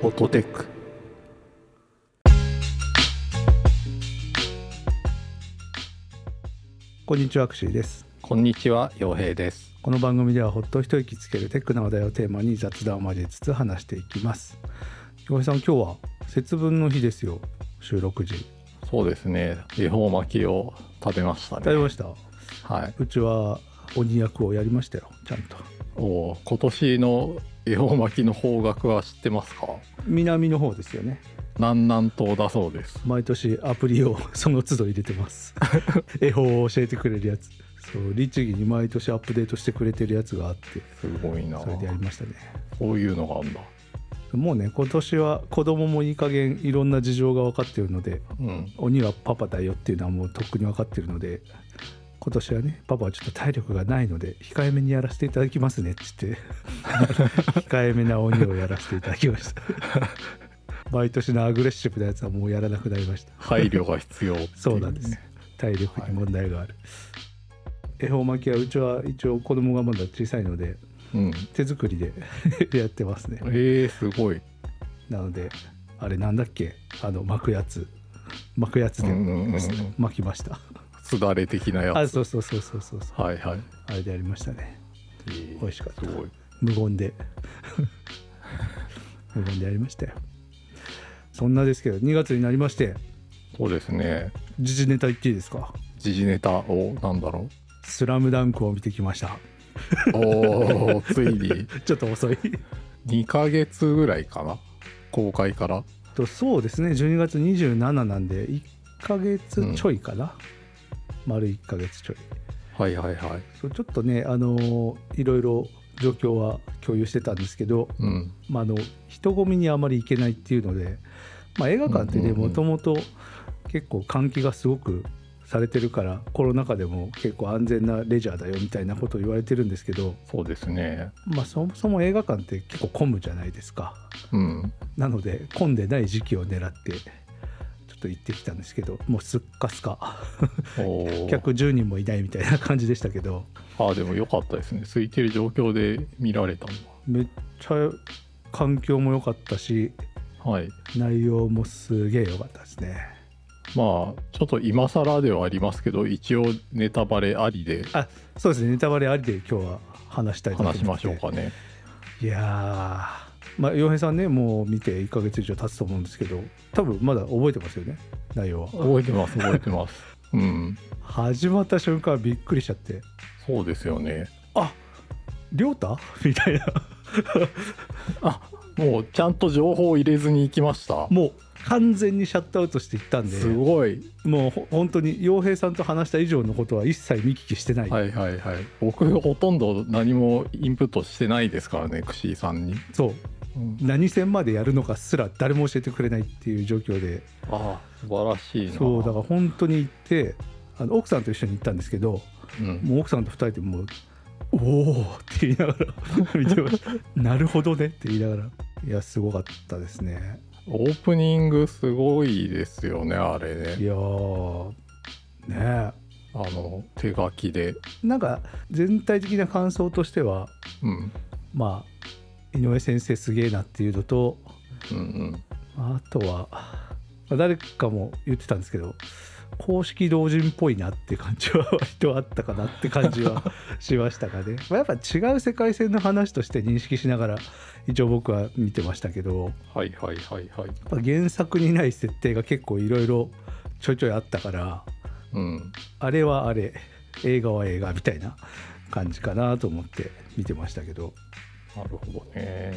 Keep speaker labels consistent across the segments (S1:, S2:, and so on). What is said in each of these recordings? S1: フォトテックこんにちはアクシーです
S2: こんにちは、洋平です。
S1: この番組ではほっと一息つけるテックな話題をテーマに雑談を交えつつ話していきます京平さん今日は節分の日ですよ収録時
S2: そうですね、恵方巻きを食べました
S1: 食べ
S2: ね。
S1: ました
S2: はい。
S1: うちは鬼役をやりましたよちゃんと
S2: おー今年の恵方巻きの方角は知ってますか
S1: 南の方ですよね
S2: 南南東だそうです。
S1: 毎年アプリを その都度入れてます絵本を教えてくれるやつそう律儀に毎年アップデートしてくれてるやつがあって
S2: すごいな
S1: そ。れでやりましたね
S2: そういうのがあるんだ。
S1: もうね今年は子供もいい加減いろんな事情が分かっているので
S2: うん。
S1: 鬼はパパだよっていうのはもうとっくに分かってるので今年はねパパはちょっと体力がないので控えめにやらせていただきますねっつって 控えめな鬼をやらせていただき ました毎年のアグレッシブなやつはもうやらなくなりました
S2: 配慮が必要ってい
S1: そうなんです。体力に問題がある、恵方巻きはうちは一応子供がまだ小さいので
S2: うん。
S1: 手作りで やってますね
S2: えー、すごい。
S1: なのであれなんだっけあの巻くやつ巻くやつで
S2: うんうんうんうん
S1: 巻きました、
S2: すだれ的なや
S1: あ
S2: つ。
S1: そうそうそうそうそうそう
S2: はいはい。
S1: あれでやりましたね
S2: えー
S1: 美味しかった
S2: すごい。
S1: 無言で 無言でやりましたよそんなですけど2月になりまして
S2: そうですね。
S1: 時事ネタ言っていいですか
S2: 時事ネタを、なんだろ
S1: 「スラムダンクを見てきました
S2: う。おー、ついに
S1: ちょっと遅い
S2: 2ヶ月ぐらいかな。公開から。
S1: とそうですね12月27なんで1ヶ月ちょいかな、丸1ヶ月ちょい
S2: はいはいはい。
S1: そうちょっとねあのーいろいろ状況は共有してたんですけど、
S2: うん。
S1: まあ、あの人混みにあまり行けないっていうので、まあ、映画館って
S2: うんう
S1: ね
S2: んうん
S1: もともと結構換気がすごくされてるからコロナ禍でも結構安全なレジャーだよみたいなことを言われてるんですけど、
S2: そうですね。
S1: まあ、そもそも映画館って結構混むじゃないですか。
S2: うん。
S1: なので混んでない時期を狙ってちょっと行ってきたんですけどもうすっかすか
S2: おー
S1: 客10人もいないみたいな感じでしたけど
S2: ああ、でも良かったですね。空いてる状況で見られたん
S1: めっちゃ環境も良かったし
S2: だ。はい。
S1: 内容もすげえ良かったですね
S2: まあ、ちょっと今更ではありますけど、一応ネタバレありで
S1: あそうですねネタバレありで今日は話したいと思い
S2: 話
S1: す
S2: しましょうかね。
S1: いやーまあ洋平さんねもう見て1ヶ月以上経つと思うんですけど多分まだ覚えてますよね内容は
S2: 覚えてます、覚えて ます。うん。
S1: 始まった瞬間びっくりしちゃって
S2: そうですよね。
S1: あ亮太 みたいな
S2: あもうちゃんと情報を入れずに行きました。
S1: もう完全にシャットアウトしていったんです
S2: ごい。
S1: もうほ本当に洋平さんと話した以上のことは一切見聞きしてない、
S2: はいはいはい。僕、ほとんど何もインプットしてないですからね、クシーさんに。
S1: そう
S2: うん、
S1: 何戦までやるのかすら誰も教えてくれないっていう状況で
S2: ああ、素晴らしいな。
S1: そうだから本当に行ってあの奥さんと一緒に行ったんですけど
S2: うん、
S1: もう奥さんと2人でもう「おお!」って言いながら見てました「なるほどね」って言いながらいやすごかったですね
S2: オープニングすごいですよねあれね
S1: いやーねえ
S2: あの手書きで
S1: なんか全体的な感想としては
S2: うん
S1: まあ井上先生すげえなっていうのと
S2: うんうん
S1: あとはまあ誰かも言ってたんですけど公式同人っぽいなって感じは割とあったかなって感じはしましたかね、まあ、やっぱ違う世界線の話として認識しながら一応僕は見てましたけど
S2: はいはいはいはい
S1: やっぱ原作にない設定が結構いろいろちょいちょいあったから
S2: うん
S1: あれはあれ映画は映画みたいな感じかなと思って見てましたけど
S2: なるほどね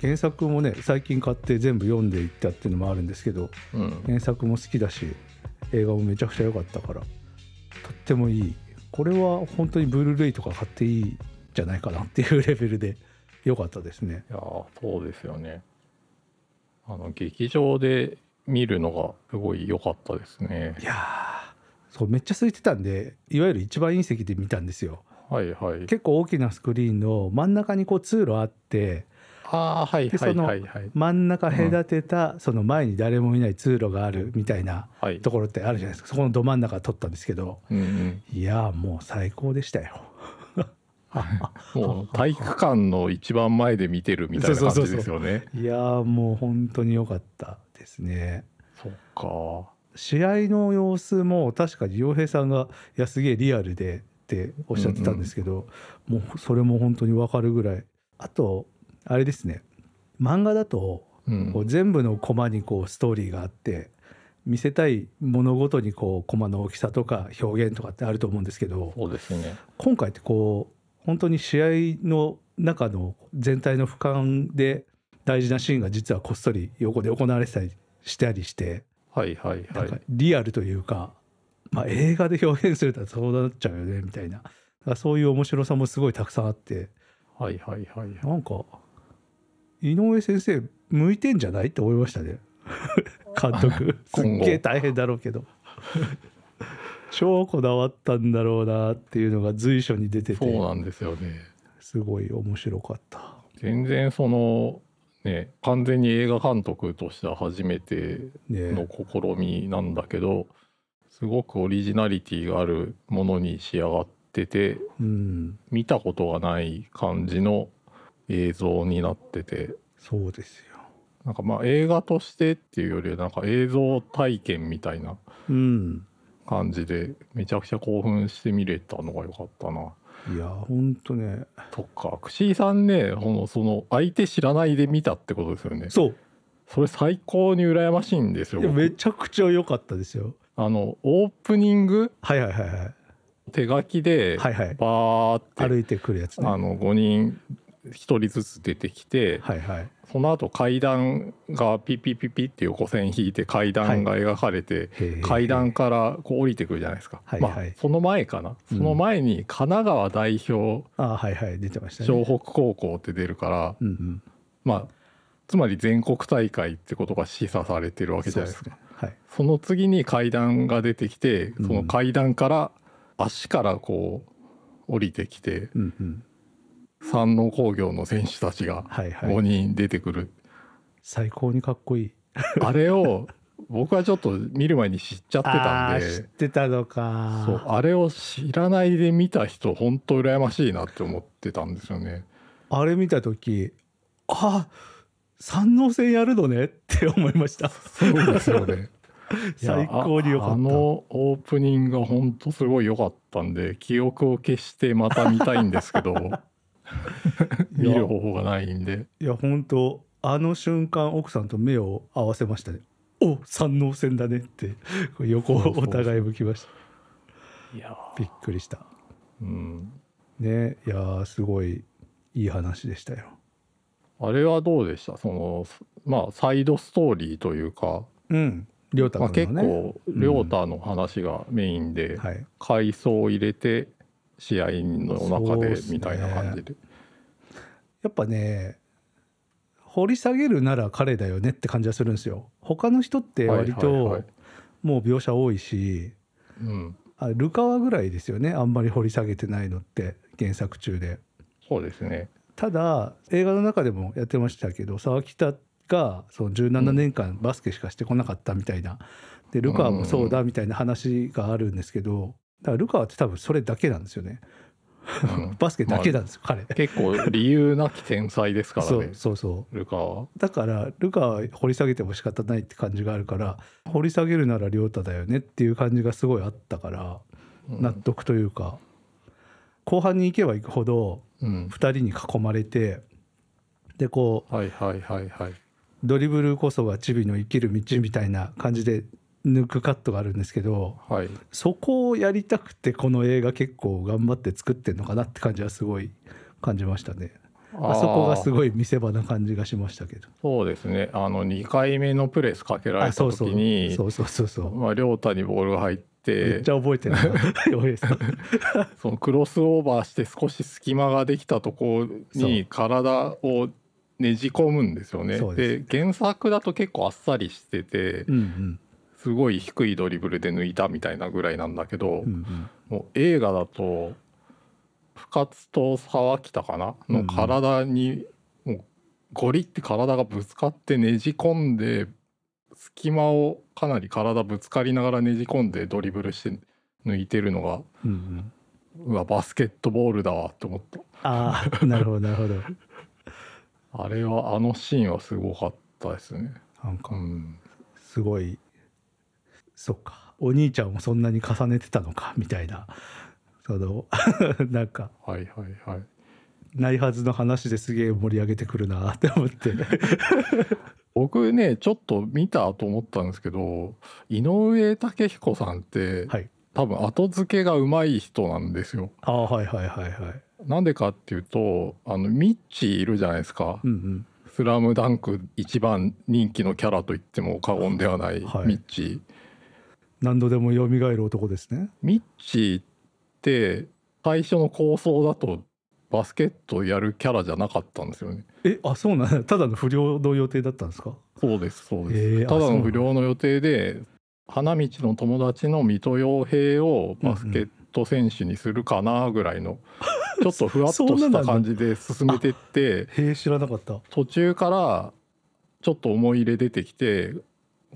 S1: 原作もね最近買って全部読んでいったっていうのもあるんですけど
S2: うん
S1: 原作も好きだし映画もめちゃくちゃ良かったからとってもいいこれは本当にブルーレイとか買っていいんじゃないかなっていうレベルで良かったですね
S2: いやーそうですよねあの劇場で見るのがすごい良かったですね
S1: いやーそうめっちゃ空いてたんでいわゆる一番隕石で見たんですよ
S2: はいはい
S1: 結構大きなスクリーンの真ん中にこう通路あって
S2: ああはい
S1: で
S2: は
S1: そ
S2: い
S1: の
S2: はいはい
S1: 真ん中隔てたその前に誰もいない通路があるみたいな
S2: はい
S1: ところってあるじゃないですかそこのど真ん中撮ったんですけど
S2: うんうん
S1: いやーもう最高でしたよ
S2: もう体育館の一番前で見てるみたいな感じですよね。
S1: いやーもう本当に良かったですね。
S2: そっか。
S1: 試合の様子も確かに洋平さんが「いやすげえリアルで」っておっしゃってたんですけど、もうそれも本当に分かるぐらいあとあれですね漫画だと
S2: うん
S1: こう全部のコマにこうストーリーがあって見せたい物ごとにこうコマの大きさとか表現とかってあると思うんですけど
S2: そうですね。
S1: 今回ってこう本当に試合の中の全体の俯瞰で大事なシーンが実はこっそり横で行われてたりしたりして
S2: はいはい
S1: な
S2: は
S1: んか
S2: い。
S1: リアルというか、まあ、映画で表現するとそうなっちゃうよねみたいなだからそういう面白さもすごいたくさんあって
S2: はいはいはいはい。
S1: なんか井上先生向いてんじゃないって思いました ね監督すっ
S2: 今後
S1: げえ大変だろう けど超こだわったんだろうなっていうのが随所に出て
S2: そう
S1: て
S2: なんですよね。
S1: すごい面白かった。
S2: 全然そのね完全に映画監督としては初めての
S1: ね、
S2: 試みなんだけど、すごくオリジナリティがあるものに仕上がってて
S1: うん、
S2: 見たことがない感じの映像になってて
S1: そうですよ。
S2: なんかまあ映画としてっていうよりはなんか映像体験みたいな
S1: うん、
S2: 感じでめちゃくちゃ興奮して見れたのが良かったな。
S1: いや本当ね
S2: とか串井さんねそのその相手知らないで見たってことですよね。
S1: そう
S2: それ最高に羨ましいんですよ
S1: いや
S2: 僕
S1: めちゃくちゃ良かったですよ。
S2: あのオープニング
S1: はいはいはいはい。
S2: 手書きで
S1: はいはい。
S2: バーって、
S1: 歩いてくるやつね。
S2: あの5人1人ずつ出てきて、
S1: はいはい。
S2: その後階段がピッピッピッピッって横線引いて階段が描かれて、
S1: へえ
S2: 階段からこう降りてくるじゃないですか、
S1: はい
S2: ま
S1: は
S2: あ
S1: い、
S2: その前かな、
S1: うん
S2: その前に神奈川代表
S1: あはいはい出てましたね。
S2: 湘北高校って出るから、
S1: うんうん。
S2: まあつまり全国大会ってことが示唆されてるわけじゃないですか。
S1: そうですね。はい。
S2: その次に階段が出てきて
S1: うん
S2: その階段から足からこう降りてきて
S1: うんうん。
S2: 山王工業の選手たちが
S1: はいはい
S2: 5人出てくる、
S1: 最高にかっこいい。
S2: あれ を僕はちょっと見る前に知っちゃってたん
S1: あー知っ
S2: で
S1: てたの
S2: あ
S1: か。
S2: そうあれを知らないで見た人本当羨ましいなって思ってたんですよね。
S1: あれ見た時、あ三能戦やるのねって思いました。
S2: そうですよねいや
S1: 最高に良かった
S2: ああのオープニングが本当すごい良かったんで記憶を消してまた見たいんです けど見る方法がないんで。
S1: いや本当あの瞬間奥さんと目を合わせましたね。お三能戦だねってこう横をお互い向きました。
S2: いや
S1: びっくりした。
S2: うん、
S1: ねいやーすごいいい話でしたよ。
S2: あれはどうでしたそのまあサイドストーリーというか、
S1: うん。りょうた
S2: まあ、
S1: く
S2: 結
S1: んのね。
S2: 構亮太の話がメインで、
S1: はい。
S2: 回想を入れて試合の中
S1: そうっ
S2: です
S1: ね
S2: みたいな感じで
S1: やっぱね掘り下げるなら彼だよねって感じはするんですよ他の人って割
S2: はいはいは
S1: と
S2: い
S1: もう描写多いし、
S2: うん、
S1: あルカワぐらいですよねあんまり掘り下げてないのって原作中で
S2: そうですね
S1: ただ映画の中でもやってましたけど沢北がその17年間バスケしかしてこなかったみたいな、でルカワもそうだみたいな話があるんですけどだからルカワって多分それだけなんですよね
S2: うん
S1: バスケだけなんですよ、彼
S2: 結構理由なき天才ですから
S1: そう
S2: ね
S1: そうそう
S2: ルカは
S1: だからルカは掘り下げても仕方ないって感じがあるから掘り下げるなら亮太だよねっていう感じがすごいあったから
S2: うん
S1: 納得というか、後半に行けば行くほど
S2: うん
S1: 2人に囲まれてでこう
S2: はいはいはいはい
S1: ドリブルこそがチビの生きる道みたいな感じで抜くカットがあるんですけど
S2: はい
S1: そこをやりたくてこの映画結構頑張って作ってんのかなって感じはすごい感じましたね。あそこがす
S2: い
S1: ごい見せ場な感じがしましたけど。
S2: そうですねあの2回目のプレスかけられ
S1: あ
S2: た
S1: そうそう
S2: 時に
S1: そうそうそうそう。
S2: まあ、亮太にボールが入っ
S1: めってちゃ覚えてるな洋平さん
S2: そのクロスオーバーして少し隙間ができたところ
S1: そう
S2: に体をねじ込むんですよね
S1: そうで
S2: で原作だと結構あっさりしてて
S1: うんうん
S2: すごい低いドリブルで抜いたみたいなぐらいなんだけど、
S1: うんうん
S2: もう映画だと深津と沢北かな
S1: う
S2: の
S1: ん
S2: 体にもうゴリって体がぶつかってねじ込んで隙間をかなり体ぶつかりながらねじ込んでドリブルして抜いてるのが
S1: うん
S2: うわバスケットボールだわって思った
S1: ああなるほどなるほど
S2: あれはあのシーンはすごかったですね
S1: なん
S2: う
S1: か
S2: ん
S1: すごいそっかお兄ちゃんもそんなに重ねてたのかみたいなその なんか
S2: はいはいはい
S1: ないはずの話ですげえ盛り上げてくるなって思って
S2: 僕ねちょっと見たと思ったんですけど井上武彦さんって、
S1: はい
S2: 多分後付けがうまい人なんですよ
S1: ああはいはいはいはい
S2: なんでかっていうとあのミッチーいるじゃないですか
S1: うん
S2: 「スラムダンク一番人気のキャラと言っても過言ではないミ
S1: はい
S2: ッチー、
S1: 何度でも蘇る男ですね
S2: ミッチーって最初の構想だとバスケットやるキャラじゃなかったんですよね
S1: えあそうなんだただの不良の予定だったんですか
S2: そうですそうです、
S1: へえあ
S2: ただ
S1: そう
S2: の
S1: なんだ
S2: 不良の予定で花道の友達の水戸洋平をバスケット選手にするかなぐらいの、ちょっとふわっと
S1: そんな
S2: し
S1: な
S2: た
S1: んだ
S2: 感じで進めてって
S1: へえ知らなかった
S2: 途中からちょっと思い入れ出てきて、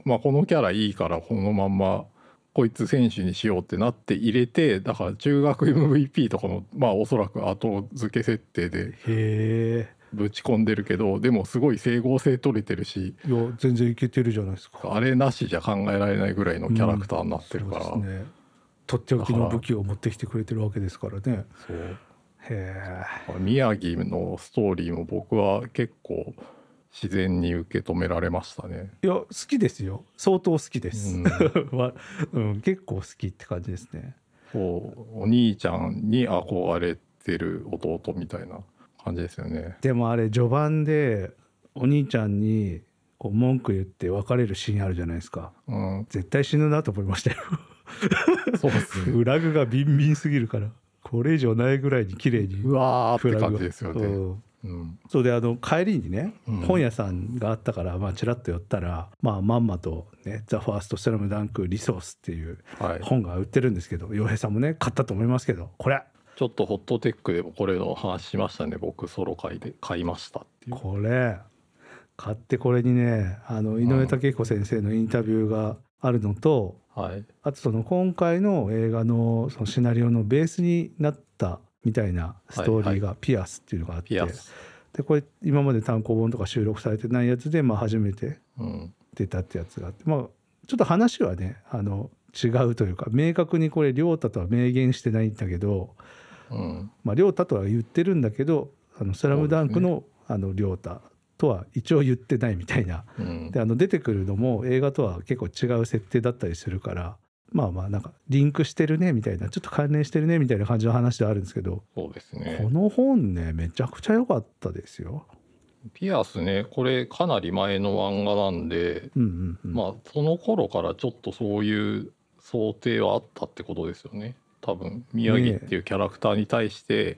S2: まあ、このキャラいいからこのまんまこいつ選手にしようってなって入れてだから中学 MVP とかもまあおそらく後付け設定で
S1: へ
S2: ぶち込んでるけどでもすごい整合性取れてるし
S1: えいや全然いけてるじゃないですか
S2: あれなしじゃ考えられないぐらいのキャラクターになってるから、
S1: そうですねとっておきの武器を持ってきてくれてるわけですからね
S2: そう
S1: へ
S2: 宮城のストーリーも僕は結構自然に受け止められましたね。
S1: えいや好きですよ相当好きです、
S2: うん
S1: わうん、結構好きって感じですね
S2: そうお兄ちゃんに憧れてる弟みたいな感じですよね。
S1: でもあれ序盤でお兄ちゃんにこう文句言って別れるシーンあるじゃないですか
S2: うん、
S1: 絶対死ぬなと思いましたよ
S2: そうですね。
S1: フラグがビンビンすぎるからこれ以上ないぐらいに綺麗に
S2: うわー
S1: フ
S2: って
S1: ラ
S2: 感
S1: グ
S2: じですよ
S1: う
S2: ね。
S1: ん
S2: うん、
S1: そうであの帰りにね、
S2: うん
S1: 本屋さんがあったからまあちらっと寄ったら、まあ、まんまと、ね「ザ・ファーストスラムダンクリソース」っていう
S2: はい。
S1: 本が売ってるんですけど洋平さんもね買ったと思いますけどこれ
S2: ちょっとホットテックでもこれの話しましたね。僕ソロ会で買いましたっていう。
S1: これ買ってこれにねあの井上武彦先生のインタビューがあるのと、
S2: はい。
S1: あとその今回の映画のそのシナリオのベースになったみたいなストーリーが「ピアス」っていうのがあって、
S2: ピアス。
S1: でこれ今まで単行本とか収録されてないやつで、まあ、初めて
S2: うん。
S1: 出たってやつがあって、まあ、ちょっと話はねあの違うというか明確にこれ亮太とは明言してないんだけど、
S2: うん。
S1: まあ、亮太とは言ってるんだけど「あのスラムダンクの,、あの亮太とは一応言ってないみたいな
S2: うん
S1: で。あの出てくるのも映画とは結構違う設定だったりするからまあまあなんかリンクしてるねみたいなちょっと関連してるねみたいな感じの話ではあるんですけど、
S2: そうです
S1: こ
S2: ね。
S1: の本ねめちゃくちゃ良かったですよ。
S2: ピアスね、これかなり前の漫画なんで、
S1: うんうんうん、
S2: まあその頃からちょっとそういう想定はあったってことですよね多分宮城っていうキャラクターに対して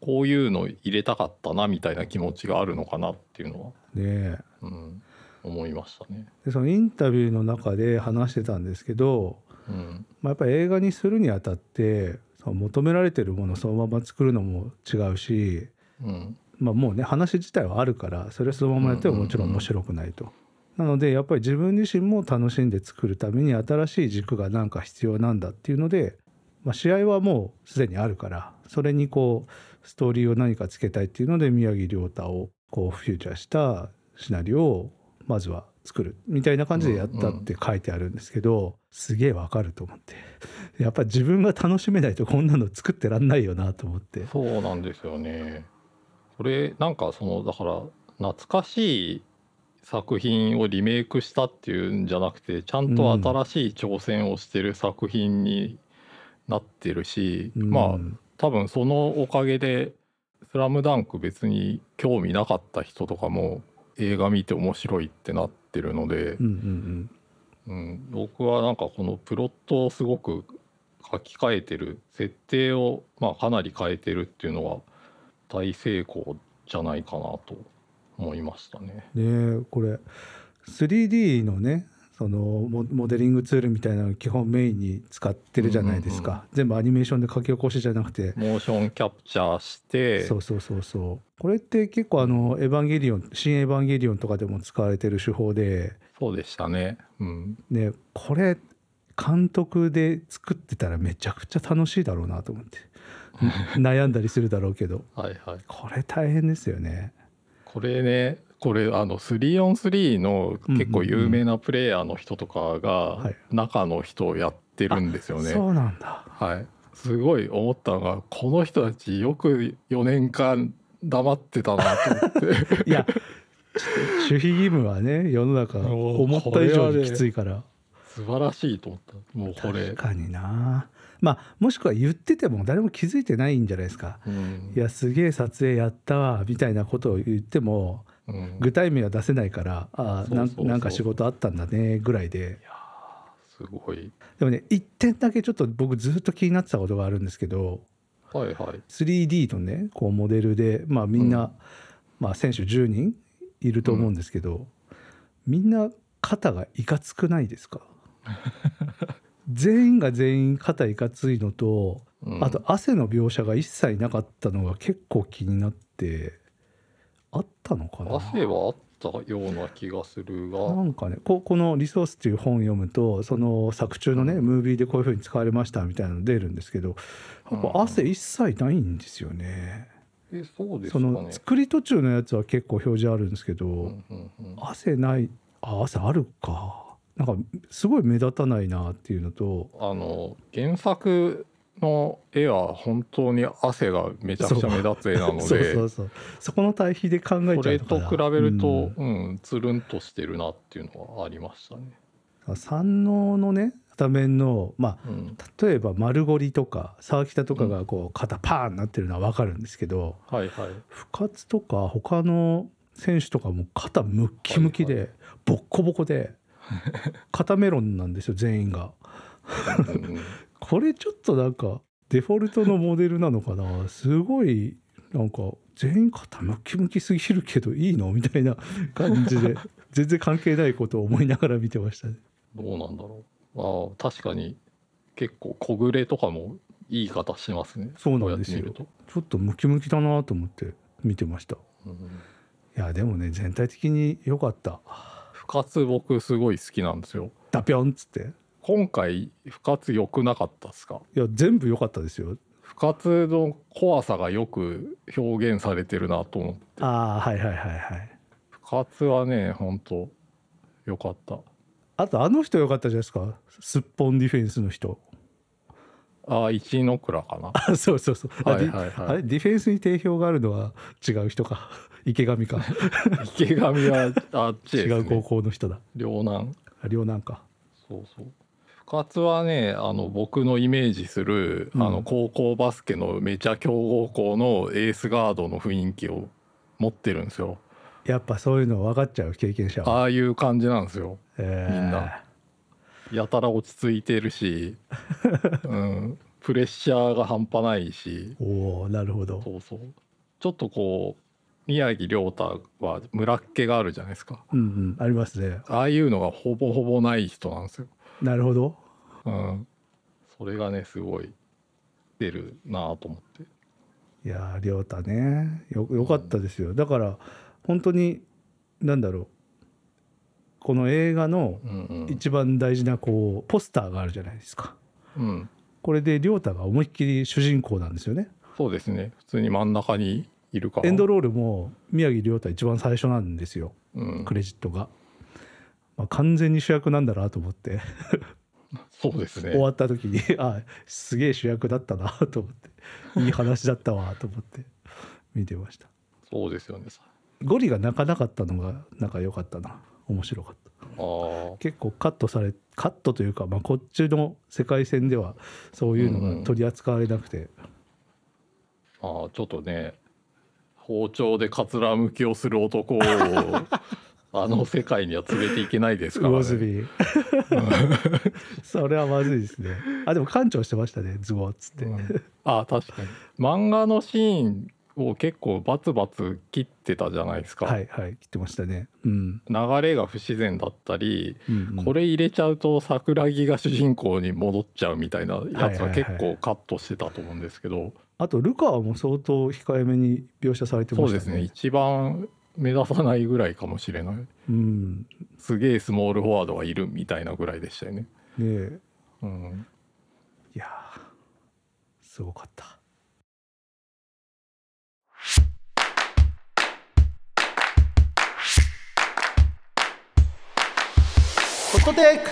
S2: こういうの入れたかったなみたいな気持ちがあるのかなっていうのは、
S1: ねえ
S2: うん、思いましたね。
S1: でそのインタビューの中で話してたんですけど、
S2: うん、
S1: まあ、やっぱり映画にするにあたってその求められてるものをそのまま作るのも違うし、
S2: うん、
S1: まあ、もうね話自体はあるからそれをそのままやってももちろん面白くないと。なのでやっぱり自分自身も楽しんで作るために新しい軸がなんか必要なんだっていうので、まあ、試合はもうすでにあるからそれにこうストーリーを何かつけたいっていうので宮城亮太をこうフューチャーしたシナリオをまずは作るみたいな感じでやったって書いてあるんですけど、すげえわかると思ってやっぱり自分が楽しめないとこんなの作ってらんないよなと思って。
S2: そうなんですよね。これなんかそのだから懐かしい作品をリメイクしたっていうんじゃなくてちゃんと新しい挑戦をしてる作品になってるし、
S1: うん
S2: まあ多分そのおかげで「スラムダンク別に興味なかった人とかも映画見て面白いってなってるので
S1: う、んうんうん
S2: うん、僕はなんかこのプロットをすごく書き換えてる設定を、まあ、かなり変えてるっていうのは大成功じゃないかなと思いましたね。
S1: ねえこれ 3D のねそのモモデリングツールみたいなのを基本メインに使ってるじゃないですか、
S2: うんう
S1: 全部アニメーションで書き起こしじゃなくて、
S2: モーションキャプチャーして
S1: そうそうそうそうこれって結構あの「エヴァンゲリオン」「新エヴァンゲリオン」とかでも使われてる手法で、
S2: そうでしたね。うん
S1: ね、 これ監督で作ってたらめちゃくちゃ楽しいだろうなと思って悩んだりするだろうけど
S2: はいはい
S1: これ大変ですよね
S2: これねこれあの 3on3 の結構有名なプレイヤーの人とか
S1: は
S2: が
S1: い
S2: 中の人をやってるんですよね。
S1: そうなんだ
S2: はい、すごい思ったのがこの人たちよく4年間黙ってたなと思 って
S1: いや守秘義務はね世の中
S2: もう
S1: 思った以上にきついから、
S2: 素晴らしいと思ったもうこ
S1: 確
S2: れ、
S1: かになまあもしくは言ってても誰も気づいてないんじゃないですか
S2: うん
S1: いやすげえ撮影やったわみたいなことを言っても
S2: うん
S1: 具体名は出せないからあーな
S2: そうそうそうん
S1: なんか仕事あったんだねぐらいで
S2: すごい
S1: でもね一点だけちょっと僕ずっと気になってたことがあるんですけど
S2: はいはい、
S1: 3D のねこうモデルで、まあ、みんな、まあ、選手10人いると思うんですけど、みんな肩がいかつくないですか全員が全員肩いかついのと
S2: うん
S1: あと汗の描写が一切なかったのが結構気になってあったのかな
S2: 汗はあったような気がするが
S1: なんかねここの「リソース」っていう本を読むとその作中のねムービーでこういうふうに使われましたみたいなの出るんですけどやっぱ汗一切ないんですよね。
S2: えそうですか
S1: その
S2: ね
S1: 作り途中のやつは結構表示あるんですけど、
S2: うんうんうん
S1: 汗ないあ汗あるかなんかすごい目立たないなっていうのと
S2: あの原作の絵は本当に汗がめちゃくちゃ目立つ絵なので
S1: そうそうそうそこの対比で考え
S2: こ
S1: ちゃ
S2: れ
S1: う
S2: と
S1: から
S2: 比べる
S1: うん
S2: と、うんつるんとしてるなっていうのはありましたね。
S1: 山王のね片面のまあ
S2: うん、
S1: 例えば丸刈りとか沢北とかがこう肩パーンなってるのは分かるんですけど、
S2: はいはい。
S1: 深津とか他の選手とかも肩ムッキムキで、
S2: はい
S1: ボッコボコ で肩メロンなんですよ全員が。
S2: うん
S1: これちょっとなんかデフォルトのモデルなのかなすごいなんか全員肩ムキムキすぎるけどいいのみたいな 感じで全然関係ないことを思いながら見てましたね。
S2: どうなんだろう。ああ確かに結構小暮れとかもいい形しますね。
S1: そうなんですよ
S2: こうやって
S1: ちょっとムキムキだなと思って見てました。い
S2: 見ると。うん、
S1: やでもね全体的に良かった。
S2: 深津僕すごい好きなんですよ。
S1: ダピョンっつって。
S2: 今回深津良くなかったですか。
S1: いや全部良かったですよ。
S2: 深津の怖さがよく表現されてるなと思って。
S1: ああはいはいはいはい。
S2: 深津はね本当良かった。
S1: あとあの人良かったじゃないですか。すっぽんディフェンスの人。
S2: ああ一ノ倉かな。
S1: あそうそうそう。あ,、
S2: はいはい
S1: あ
S2: は
S1: れディフェンスに定評があるのは違う人か池上か。
S2: い。池上はあっちです、
S1: 違
S2: ね。
S1: う高校の人だ
S2: 両南。
S1: あ両なんか
S2: そうそう。深津はねあの僕のイメージする、
S1: うん
S2: あの高校バスケのめちゃ強豪校のエースガードの雰囲気を持ってるんですよ。
S1: やっぱそういうの分かっちゃう経験者は、
S2: ああいう感じなんですよ。
S1: え
S2: みんなやたら落ち着いてるし、うん、プレッシャーが半端ないし
S1: おおなるほど
S2: そうそうちょっとこう宮城亮太は村っ気があるじゃないですか
S1: うんうんありますね
S2: ああいうのがほぼほぼない人なんですよ。
S1: なるほど
S2: うん、それがねすごい出るなと思って。
S1: いやー亮太ねよよかったですよだから本当になんだろうこの映画の
S2: うんうん
S1: 一番大事なこうポスターがあるじゃないですか
S2: うん、
S1: これで亮太が思いっきり主人公なんですよね
S2: そうですね普通に真ん中にいるから
S1: エンドロールも宮城亮太一番最初なんですよ
S2: うん
S1: ク、レジットが、まあ、完全に主役なんだなと思って
S2: そうですね
S1: 終わった時に あすげえ主役だったな と思っていい話だったわ と思って見てました
S2: そうですよね
S1: ゴリが泣かなかったのがなんか良かったな面白かっ
S2: あ
S1: た
S2: あ
S1: 結構カットされカットというか、まあ、こっちの世界線ではそういうのが取り扱われなくて、
S2: ああちょっとね包丁でかつらむきをする 男をあの世界には連れていけないですから、
S1: 魚住
S2: ね、
S1: それはまずいですねあでも館長してましたねズゴっつって、
S2: うん ああ確かに漫画のシーンを結構バツバツ切ってたじゃないですか、
S1: はいはい切ってましたねうん、
S2: 流れが不自然だったり、
S1: うんうん
S2: これ入れちゃうと桜木が主人公に戻っちゃうみたいなやつは結
S1: はいはいは
S2: 構カットしてたと思うんですけど、
S1: あとルカワも相当控えめに描写されてま
S2: そう
S1: し
S2: で
S1: た
S2: すね一番目立たないぐらいかもしれない
S1: うん
S2: すげえスモールフォワードがいるみたいなぐらいでしたよね、
S1: ねえ
S2: うん、
S1: いやーすごかったットテイク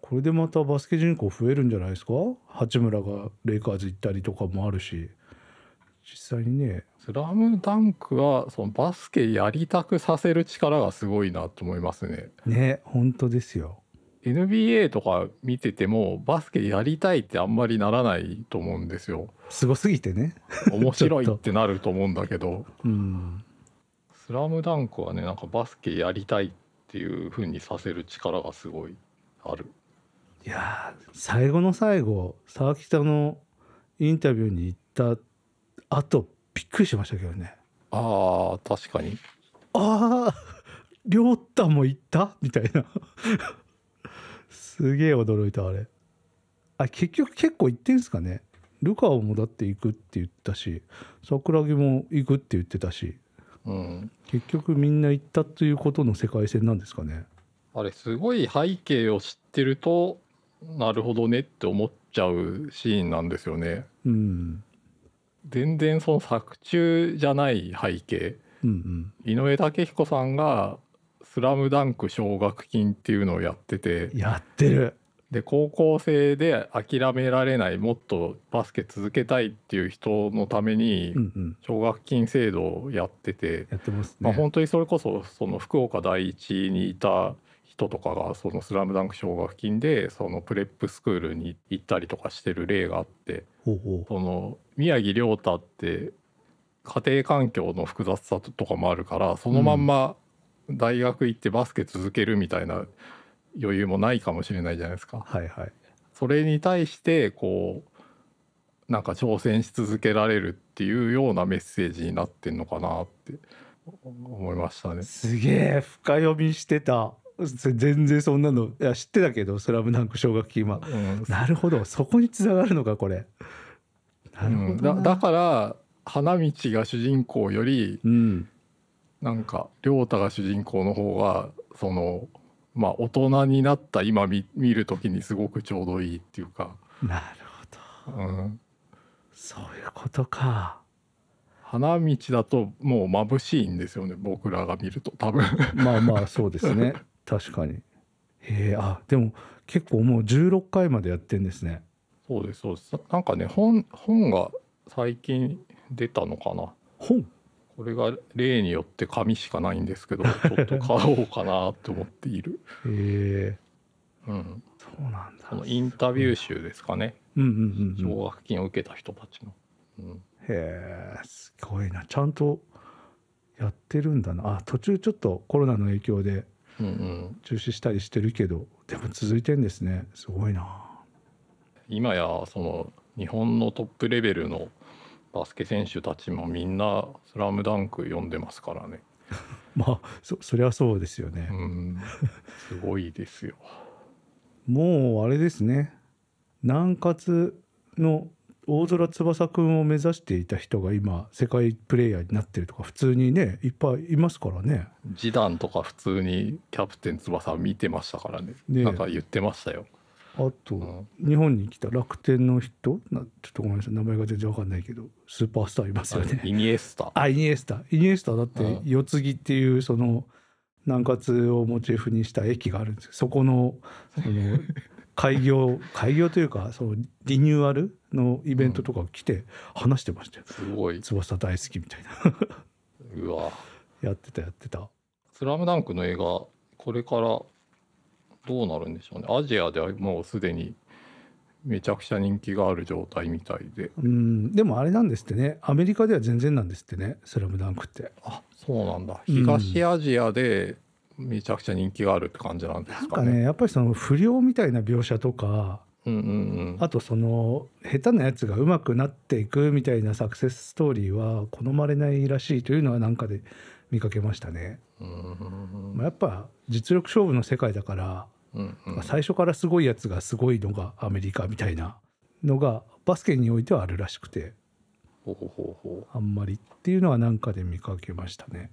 S1: これでまたバスケ人口増えるんじゃないですか八村がレイカーズ行ったりとかもあるし実際にね
S2: スラムダンクはそのバスケやりたくさせる力がすごいなと思いますね。
S1: ね本当ですよ
S2: NBA とか見ててもバスケやりたいってあんまりならないと思うんですよ。
S1: すごすぎてね
S2: 面白いってなると思うんだけど
S1: うん
S2: 「スラムダンクはねなんかバスケやりたいっていう風にさせる力がすごいある。
S1: いやー最後の最後沢北のインタビューに行ったあとびっくりしましたけどね
S2: あー確かに
S1: ああ亮太も行ったみたいなすげえ驚いたあれあ結局結構行ってんすかねルカオもだって行くって言ったし桜木も行くって言ってたし
S2: うん
S1: 結局みんな行ったということの世界線なんですかね
S2: あれすごい背景を知ってるとなるほどねって思っちゃうシーンなんですよね。
S1: うん
S2: 全然その作中じゃない背景
S1: うんうん
S2: 井上武彦さんが「スラムダンク奨学金」っていうのをやってて
S1: やってる
S2: で高校生で諦められないもっとバスケ続けたいっていう人のために
S1: うんうん
S2: 奨学金制度をやってて、
S1: やってます
S2: まあ、
S1: ね
S2: 本当にそれこそその福岡第一にいた人とかが「そのスラムダンク奨学金でそのプレップスクールに行ったりとかしてる例があって
S1: ほうほ
S2: その宮城亮太って家庭環境の複雑さとかもあるからそのまんま大学行ってバスケ続けるみたいな余裕もないかもしれないじゃないですか。
S1: うはいはい
S2: それに対してこうなんか挑戦し続けられるっていうようなメッセージになってんのかなって思いましたね。
S1: すげえ深読みしてたぜ全然そんなのいや知ってたけど「スラムダンク奨学金は
S2: うん
S1: なるほどそこにつながるのかこれなる
S2: う
S1: ほ
S2: ん
S1: ど
S2: だ
S1: な
S2: だから花道が主人公より
S1: うん
S2: なんか亮太が主人公の方がそのまあ大人になった今見見る時にすごくちょうどいいっていうか、
S1: なるほど
S2: うん、
S1: そういうことか
S2: 花道だともう眩しいんですよね僕らが見ると多分。
S1: まあまあそうですね確かにへえあでも結構もう16回までやってんですね
S2: そうですそうですななんかね本本が最近出たのかな
S1: 本
S2: これが例によって紙しかないんですけ どちょっと買おうかなと思っている、
S1: へえ
S2: うん、
S1: そうなんだ
S2: このインタビュー集ですかね
S1: うんうんうん、うん、
S2: 奨学金を受けた人たちの、うん、
S1: へえすごいなちゃんとやってるんだなあ途中ちょっとコロナの影響で
S2: うんうん
S1: 中止したりしてるけどでも続いてんですねすごいな
S2: 今やその日本のトップレベルのバスケ選手たちもみんな「スラムダンク読んでますからね、
S1: まあそそりゃそうですよね
S2: う、ん、すごいですよ
S1: もうあれですね南葛の大空翼くんを目指していた人が今世界プレイヤーになってるとか普通にねいっぱいいますからね
S2: ジダンとか普通に「キャプテン翼」見てましたからね
S1: ねえ
S2: なんか言ってましたよ、
S1: あ
S2: う
S1: と
S2: ん
S1: 日本に来た楽天の人なちょっとごめんなさい名前が全然わかんないけどスーパースターいますよね
S2: イニエスタ
S1: あイニエスタイニエスタだって
S2: うん
S1: 四つ木っていうその南葛をモチーフにした駅があるんですよそこのそ の開業開業というかそのリニューアルのイベントとか来て話してましたよ、
S2: すごい
S1: 翼大好きみたいな
S2: うわ
S1: やってたやってた
S2: 「スラムダンクの映画これからどうなるんでしょうねアジアではもうすでにめちゃくちゃ人気がある状態みたいで
S1: うんでもあれなんですってねアメリカでは全然なんですってね「スラムダンクって
S2: あそうなんだ
S1: うん
S2: 東アジアでめちゃくちゃ人気があるって感じなんで
S1: な
S2: す
S1: ん
S2: か
S1: か
S2: ね。
S1: ねやっぱりその不良みたいな描写とか
S2: うんうんうん、
S1: あとその下手なやつが上手くなっていくみたいなサクセスストーリーは好まれないらしいというのはなんかで見かけましたね。
S2: うん
S1: まあ、やっぱ実力勝負の世界だから、
S2: うんうん
S1: 最初からすごいやつがすごいのがアメリカみたいなのがバスケにおいてはあるらしくて
S2: ほうほうほうほ
S1: あんまりっていうのはなんかで見かけましたね。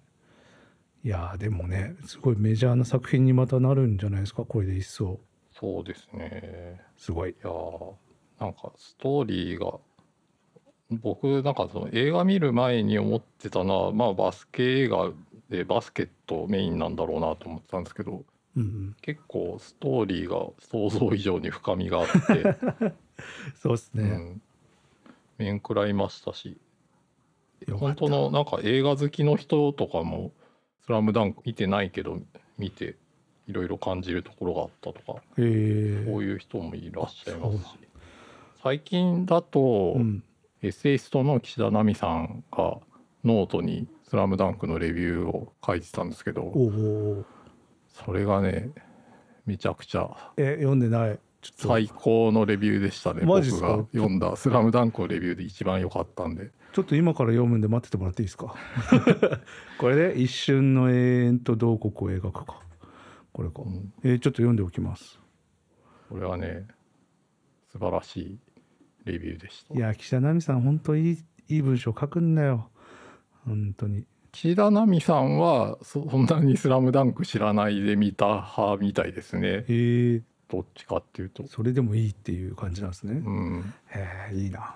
S1: いやーでもねすごいメジャーな作品にまたなるんじゃないですかこれで一層
S2: うそうですね
S1: すごい。
S2: いやーなんかストーリーが僕なんかその映画見る前に思ってたのは、まあ、バスケ映画でバスケットメインなんだろうなと思ってたんですけど
S1: うんうん、
S2: 結構ストーリーが想像以上に深みがあって、
S1: そうです
S2: う
S1: ね、
S2: ん、面食らいましたし
S1: よか
S2: 本
S1: った
S2: 当のなんか映画好きの人とかも「スラムダンク見てないけど見ていろいろ感じるところがあったとか
S1: へえ
S2: こういう人もいらっしゃいますし
S1: あそう
S2: 最近だと、
S1: うん、
S2: エッセイストの岸田奈美さんがノートに「スラムダンクのレビューを書いてたんですけど
S1: おお
S2: それがねめちゃくちゃ
S1: え読んでないちょっと
S2: 最高のレビューでしたね
S1: マ
S2: 僕
S1: ジっすか
S2: が読んだ「スラムダンクのレビューで一番良かったんで
S1: ちょっと今から読むんで待っててもらっていいですか これで一瞬の永遠と慟国を描くかこれか、
S2: うん
S1: えーちょっと読んでおきます
S2: これはね素晴らしいレビューでした
S1: いや岸田奈美さん本当いいいい文章書くんだよ本当に
S2: 岸田奈美さんはそそんなに「スラムダンク知らないで見た派みたいですね
S1: えー、
S2: どっちかっていうと
S1: それでもいいっていう感じなんですね、
S2: うん
S1: へえいいな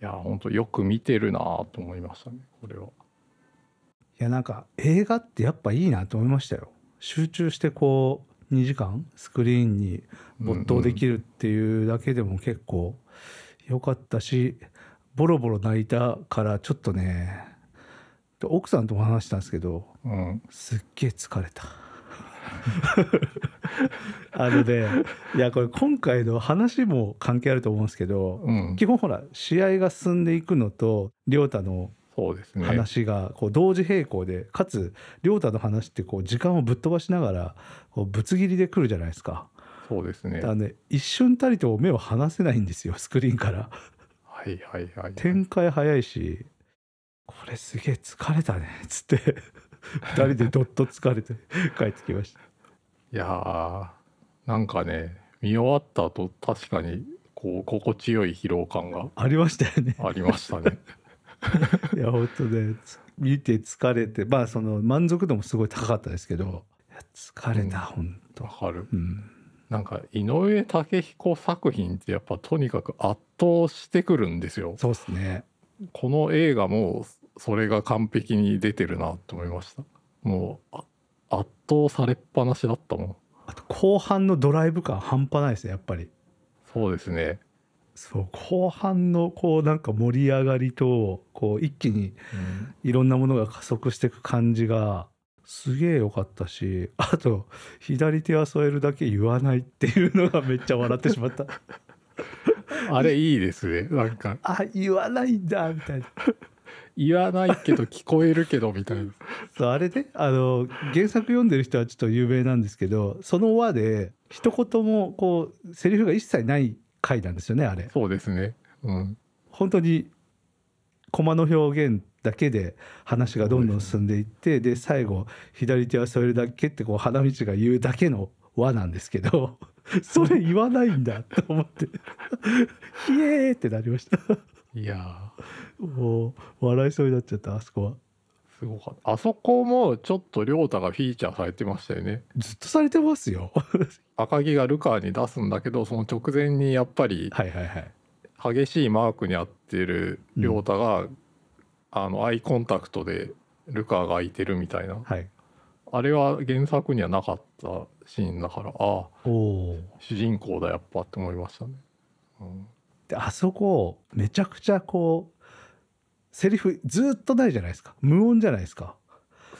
S1: い
S2: や本当よく見てるなと思いましたねこれはい
S1: やなんか映画ってやっぱいいなと思いましたよ集中してこう2時間スクリーンに没頭できるっていうだけでも結構良かったしボロボロ泣いたからちょっとねで奥さんとも話したんですけど
S2: うん
S1: すっげえ疲れた あのねいやこれ今回の話も関係あると思うんですけど
S2: うん
S1: 基本ほら試合が進んでいくのと亮太の
S2: そうですね
S1: 話がこう同時並行でかつ亮太の話ってこう時間をぶっ飛ばしながらこうぶつ切りで来るじゃないですか。
S2: そうですね
S1: だから
S2: は
S1: ね一瞬たりとも目を離せないんですよスクリーンから。
S2: いはいはい
S1: 展開早いしこれすげえ疲れたねっつって二人でどっと疲れて帰ってきました。
S2: いやーなんかね見終わった後確かにこう心地よい疲労感が
S1: ありましたよね。
S2: ありました ね
S1: いや本当ねつ見て疲れてまあその満足度もすごい高かったですけどいや疲れた本
S2: わ
S1: 当。
S2: かる
S1: うん
S2: なんか井上武彦作品ってやっぱとにかく圧倒してくるんですよ
S1: そうですね。
S2: この映画もそれが完璧に出てるなと思いましたもうあ圧倒されっぱなしだったもん
S1: あと後半のドライブ感半端ないですねやっぱり
S2: そうですね、
S1: そう後半のこうなんか盛り上がりとこう一気に
S2: うん
S1: いろんなものが加速していく感じがすげえ良かったしあと左手は添えるだけ言わないっていうのがめっちゃ笑ってしまった
S2: あれいいですね。なんか
S1: あ言わないんだみたいな
S2: 言わないけど聞こえるけどみたいな。
S1: そうあれねあの原作読んでる人はちょっと有名なんですけどその輪で一言もこうセリフが一切ない回なんですよねあれ
S2: そうですね。うん。
S1: 本当に駒の表現だけで話がどんどん進んでいってで,、最後左手は添えるだけってこう花道が言うだけの輪なんですけど それ言わないんだと思って 「イエーイ!」ってなりました
S2: いや
S1: もう笑いそうになっちゃったあそこは
S2: ーすごかった。あそこもちょっと亮太がフィーチャーされてましたよね。
S1: ずっとされてますよ
S2: 赤木がルカーに出すんだけどその直前にやっぱり
S1: はいはいはい
S2: 激しいマークにあってる亮太が、あのアイコンタクトでルカーが空いてるみたいな
S1: はい
S2: あれは原作にはなかったシーンだからああ
S1: おお
S2: 主人公だやっぱって思いましたね。うん
S1: であそこめちゃくちゃこうセリフずっとないじゃないですか無音じゃないですか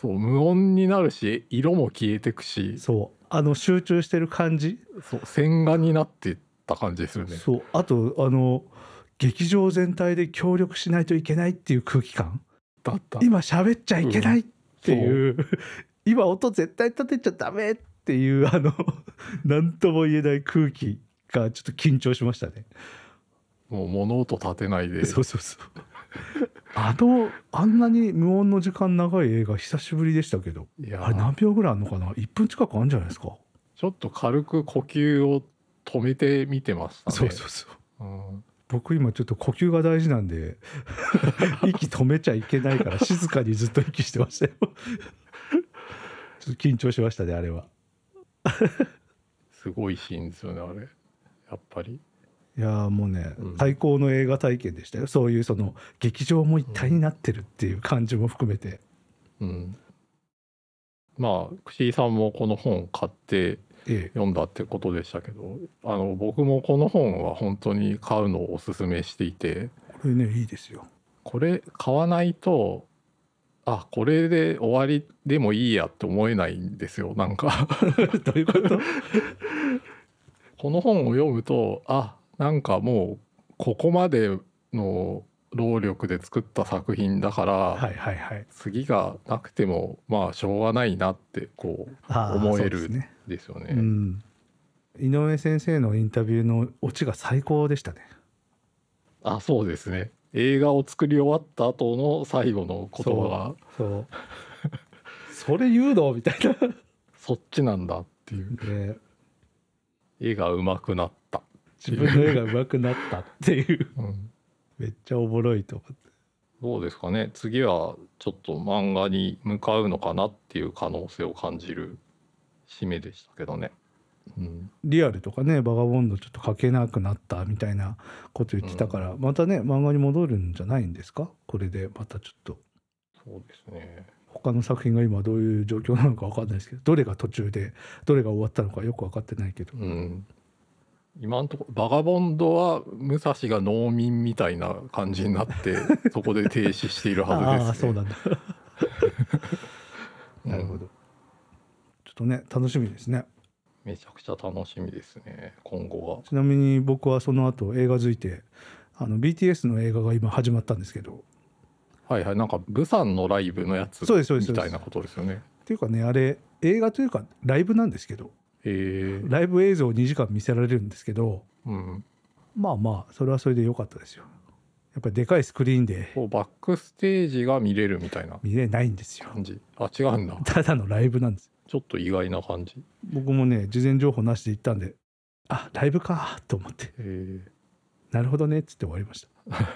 S2: そう無音になるし色も消えてくし
S1: そうあの集中してる感じ
S2: そう線画になってった感じですよね
S1: そうあとあの劇場全体で協力しないといけないっていう空気感
S2: だった
S1: 今喋っちゃいけないっていう、今音絶対立てちゃダメっていうあの 何とも言えない空気がちょっと緊張しましたね。
S2: もう物音立てないで
S1: そうそうそうあのあんなに無音の時間長い映画久しぶりでしたけど
S2: いや
S1: あれ何秒ぐらいあるのかな1分近くあるんじゃないですか、
S2: ちょっと軽く呼吸を止めて見てましたね
S1: そうそうそう
S2: うん
S1: 僕今ちょっと呼吸が大事なんで 息止めちゃいけないから静かにずっと息してました よちょっと緊張しましたねあれは
S2: すごいシーンですよねあれやっぱり
S1: いやーもうね、
S2: うん
S1: 最高の映画体験でしたよそういうその劇場も一体になってるっていう感じも含めて、
S2: うん、まあ串井さんもこの本買って
S1: ええ
S2: 読んだってことでしたけどあの僕もこの本は本当に買うのをおすすめしていて
S1: これねいいですよ
S2: これ買わないとあこれで終わりでもいいやって思えないんですよなんか
S1: どういうこと
S2: この本を読むとあなんかもうここまでの労力で作った作品だから、
S1: はいはいはい
S2: 次がなくてもまあしょうがないなってこう
S1: あー
S2: 思える
S1: そうですね
S2: ですよね。
S1: うん、井上先生のインタビューのオチが最高でしたね
S2: あそうですね映画を作り終わった後の最後の言葉が
S1: そうそれ言うのみたいな
S2: そっちなんだっていう
S1: で
S2: 絵が上手くなった、
S1: 自分の絵が上手くなったっていう
S2: うん、
S1: めっちゃおもろいと思って
S2: どうですかね次はちょっと漫画に向かうのかなっていう可能性を感じる締めでしたけどね、うん、
S1: リアルとかね「バガボンド」ちょっと描けなくなったみたいなこと言ってたから、またね漫画に戻るんじゃないんですかこれでまたちょっと
S2: そうですね
S1: 他の作品が今どういう状況なのか分かんないですけどどれが途中でどれが終わったのかよく分かってないけど
S2: うん今のところバガボンドは武蔵が農民みたいな感じになって そこで停止しているはず
S1: ああ
S2: です、
S1: そう
S2: ね、
S1: なんだ
S2: うん
S1: なるほどちょっとね楽しみですね
S2: めちゃくちゃ楽しみですね今後は
S1: ちなみに僕はその後映画づいてあの BTS の映画が今始まったんですけど
S2: はいはいなんか武山のライブのやつ
S1: そうですそうです
S2: みたいなことですよね。
S1: っていうかねあれ映画というかライブなんですけど
S2: へえ
S1: ライブ映像を2時間見せられるんですけど
S2: うん、
S1: まあまあそれはそれで良かったですよやっぱりでかいスクリーンで
S2: こうバックステージが見れるみたいな
S1: 見れないんですよ
S2: 感じあ違うんだ
S1: ただのライブなんです
S2: ちょっと意外な感じ。
S1: 僕もね事前情報なしで行ったんであライブかと思って
S2: へえ
S1: なるほどねっつって終わりました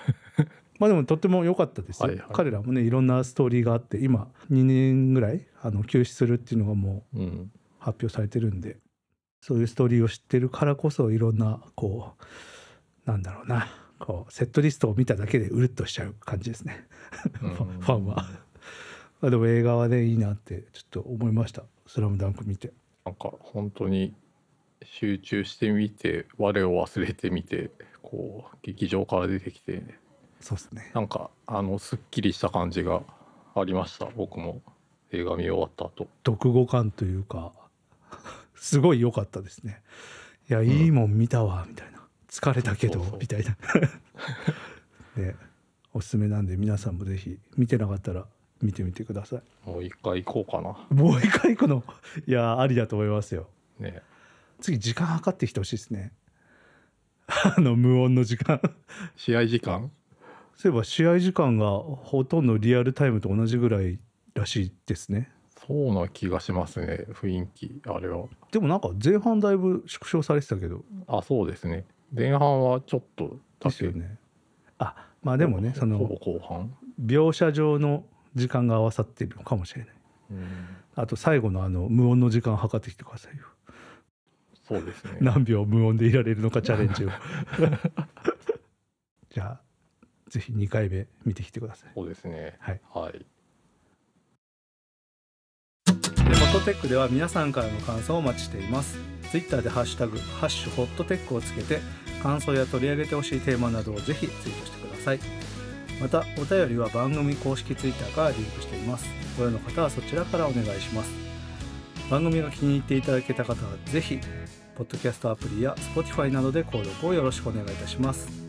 S1: まあでもとっても良かったですよ、
S2: はいはい
S1: 彼らもねいろんなストーリーがあって今2年ぐらいあの休止するっていうのがも
S2: うん
S1: う発表されてるんでそういうストーリーを知ってるからこそいろんなこうなんだろうなこうセットリストを見ただけでうるっとしちゃう感じですね、
S2: うん
S1: ファファンはまあでも映画はねいいなってちょっと思いました「スラムダンク見て
S2: なんか本当に集中してみて我を忘れてみてこう劇場から出てきて
S1: そうですね
S2: なんかあのすっきりした感じがありました僕も映画見終わった後
S1: 読語感というかすごい良かったですねいや、
S2: ん
S1: いいもん見たわみたいな疲れたけど
S2: そうそう
S1: みた いなねおすすめなんで皆さんもぜひ見てなかったら見てみてください
S2: もう一回行こうかな
S1: もう一回このいやありだと思いますよ
S2: ね
S1: 次時間計ってきてほしいですね あの無音の時間
S2: 試合時間
S1: そういえば試合時間がほとんどリアルタイムと同じぐらいらしいですね
S2: そうな気がしますね雰囲気あれは
S1: でもなんか前半だいぶ縮小されてたけど
S2: あそうですね前半はちょっとだけ
S1: ですよね。あまあでもねそ
S2: ほ
S1: の
S2: ぼ後半、
S1: 描写上の時間が合わさってるのかもしれない
S2: うん、
S1: あと最後のあの無音の時間測ってきてくださいよ
S2: そうですね
S1: 何秒無音でいられるのかチャレンジを じゃあぜひ2回目見てきてください
S2: そうですね
S1: はい、
S2: はい、
S1: でホットテックでは皆さんからの感想をお待ちしていますツイッターでハッシュタグハッシュホットテックをつけて感想や取り上げてほしいテーマなどをぜひツイートしてくださいまたお便りは番組公式ツイッターからリンクしていますご用の方はそちらからお願いします番組が気に入っていただけた方はぜひポッドキャストアプリや Spotify などで購読をよろしくお願いいたします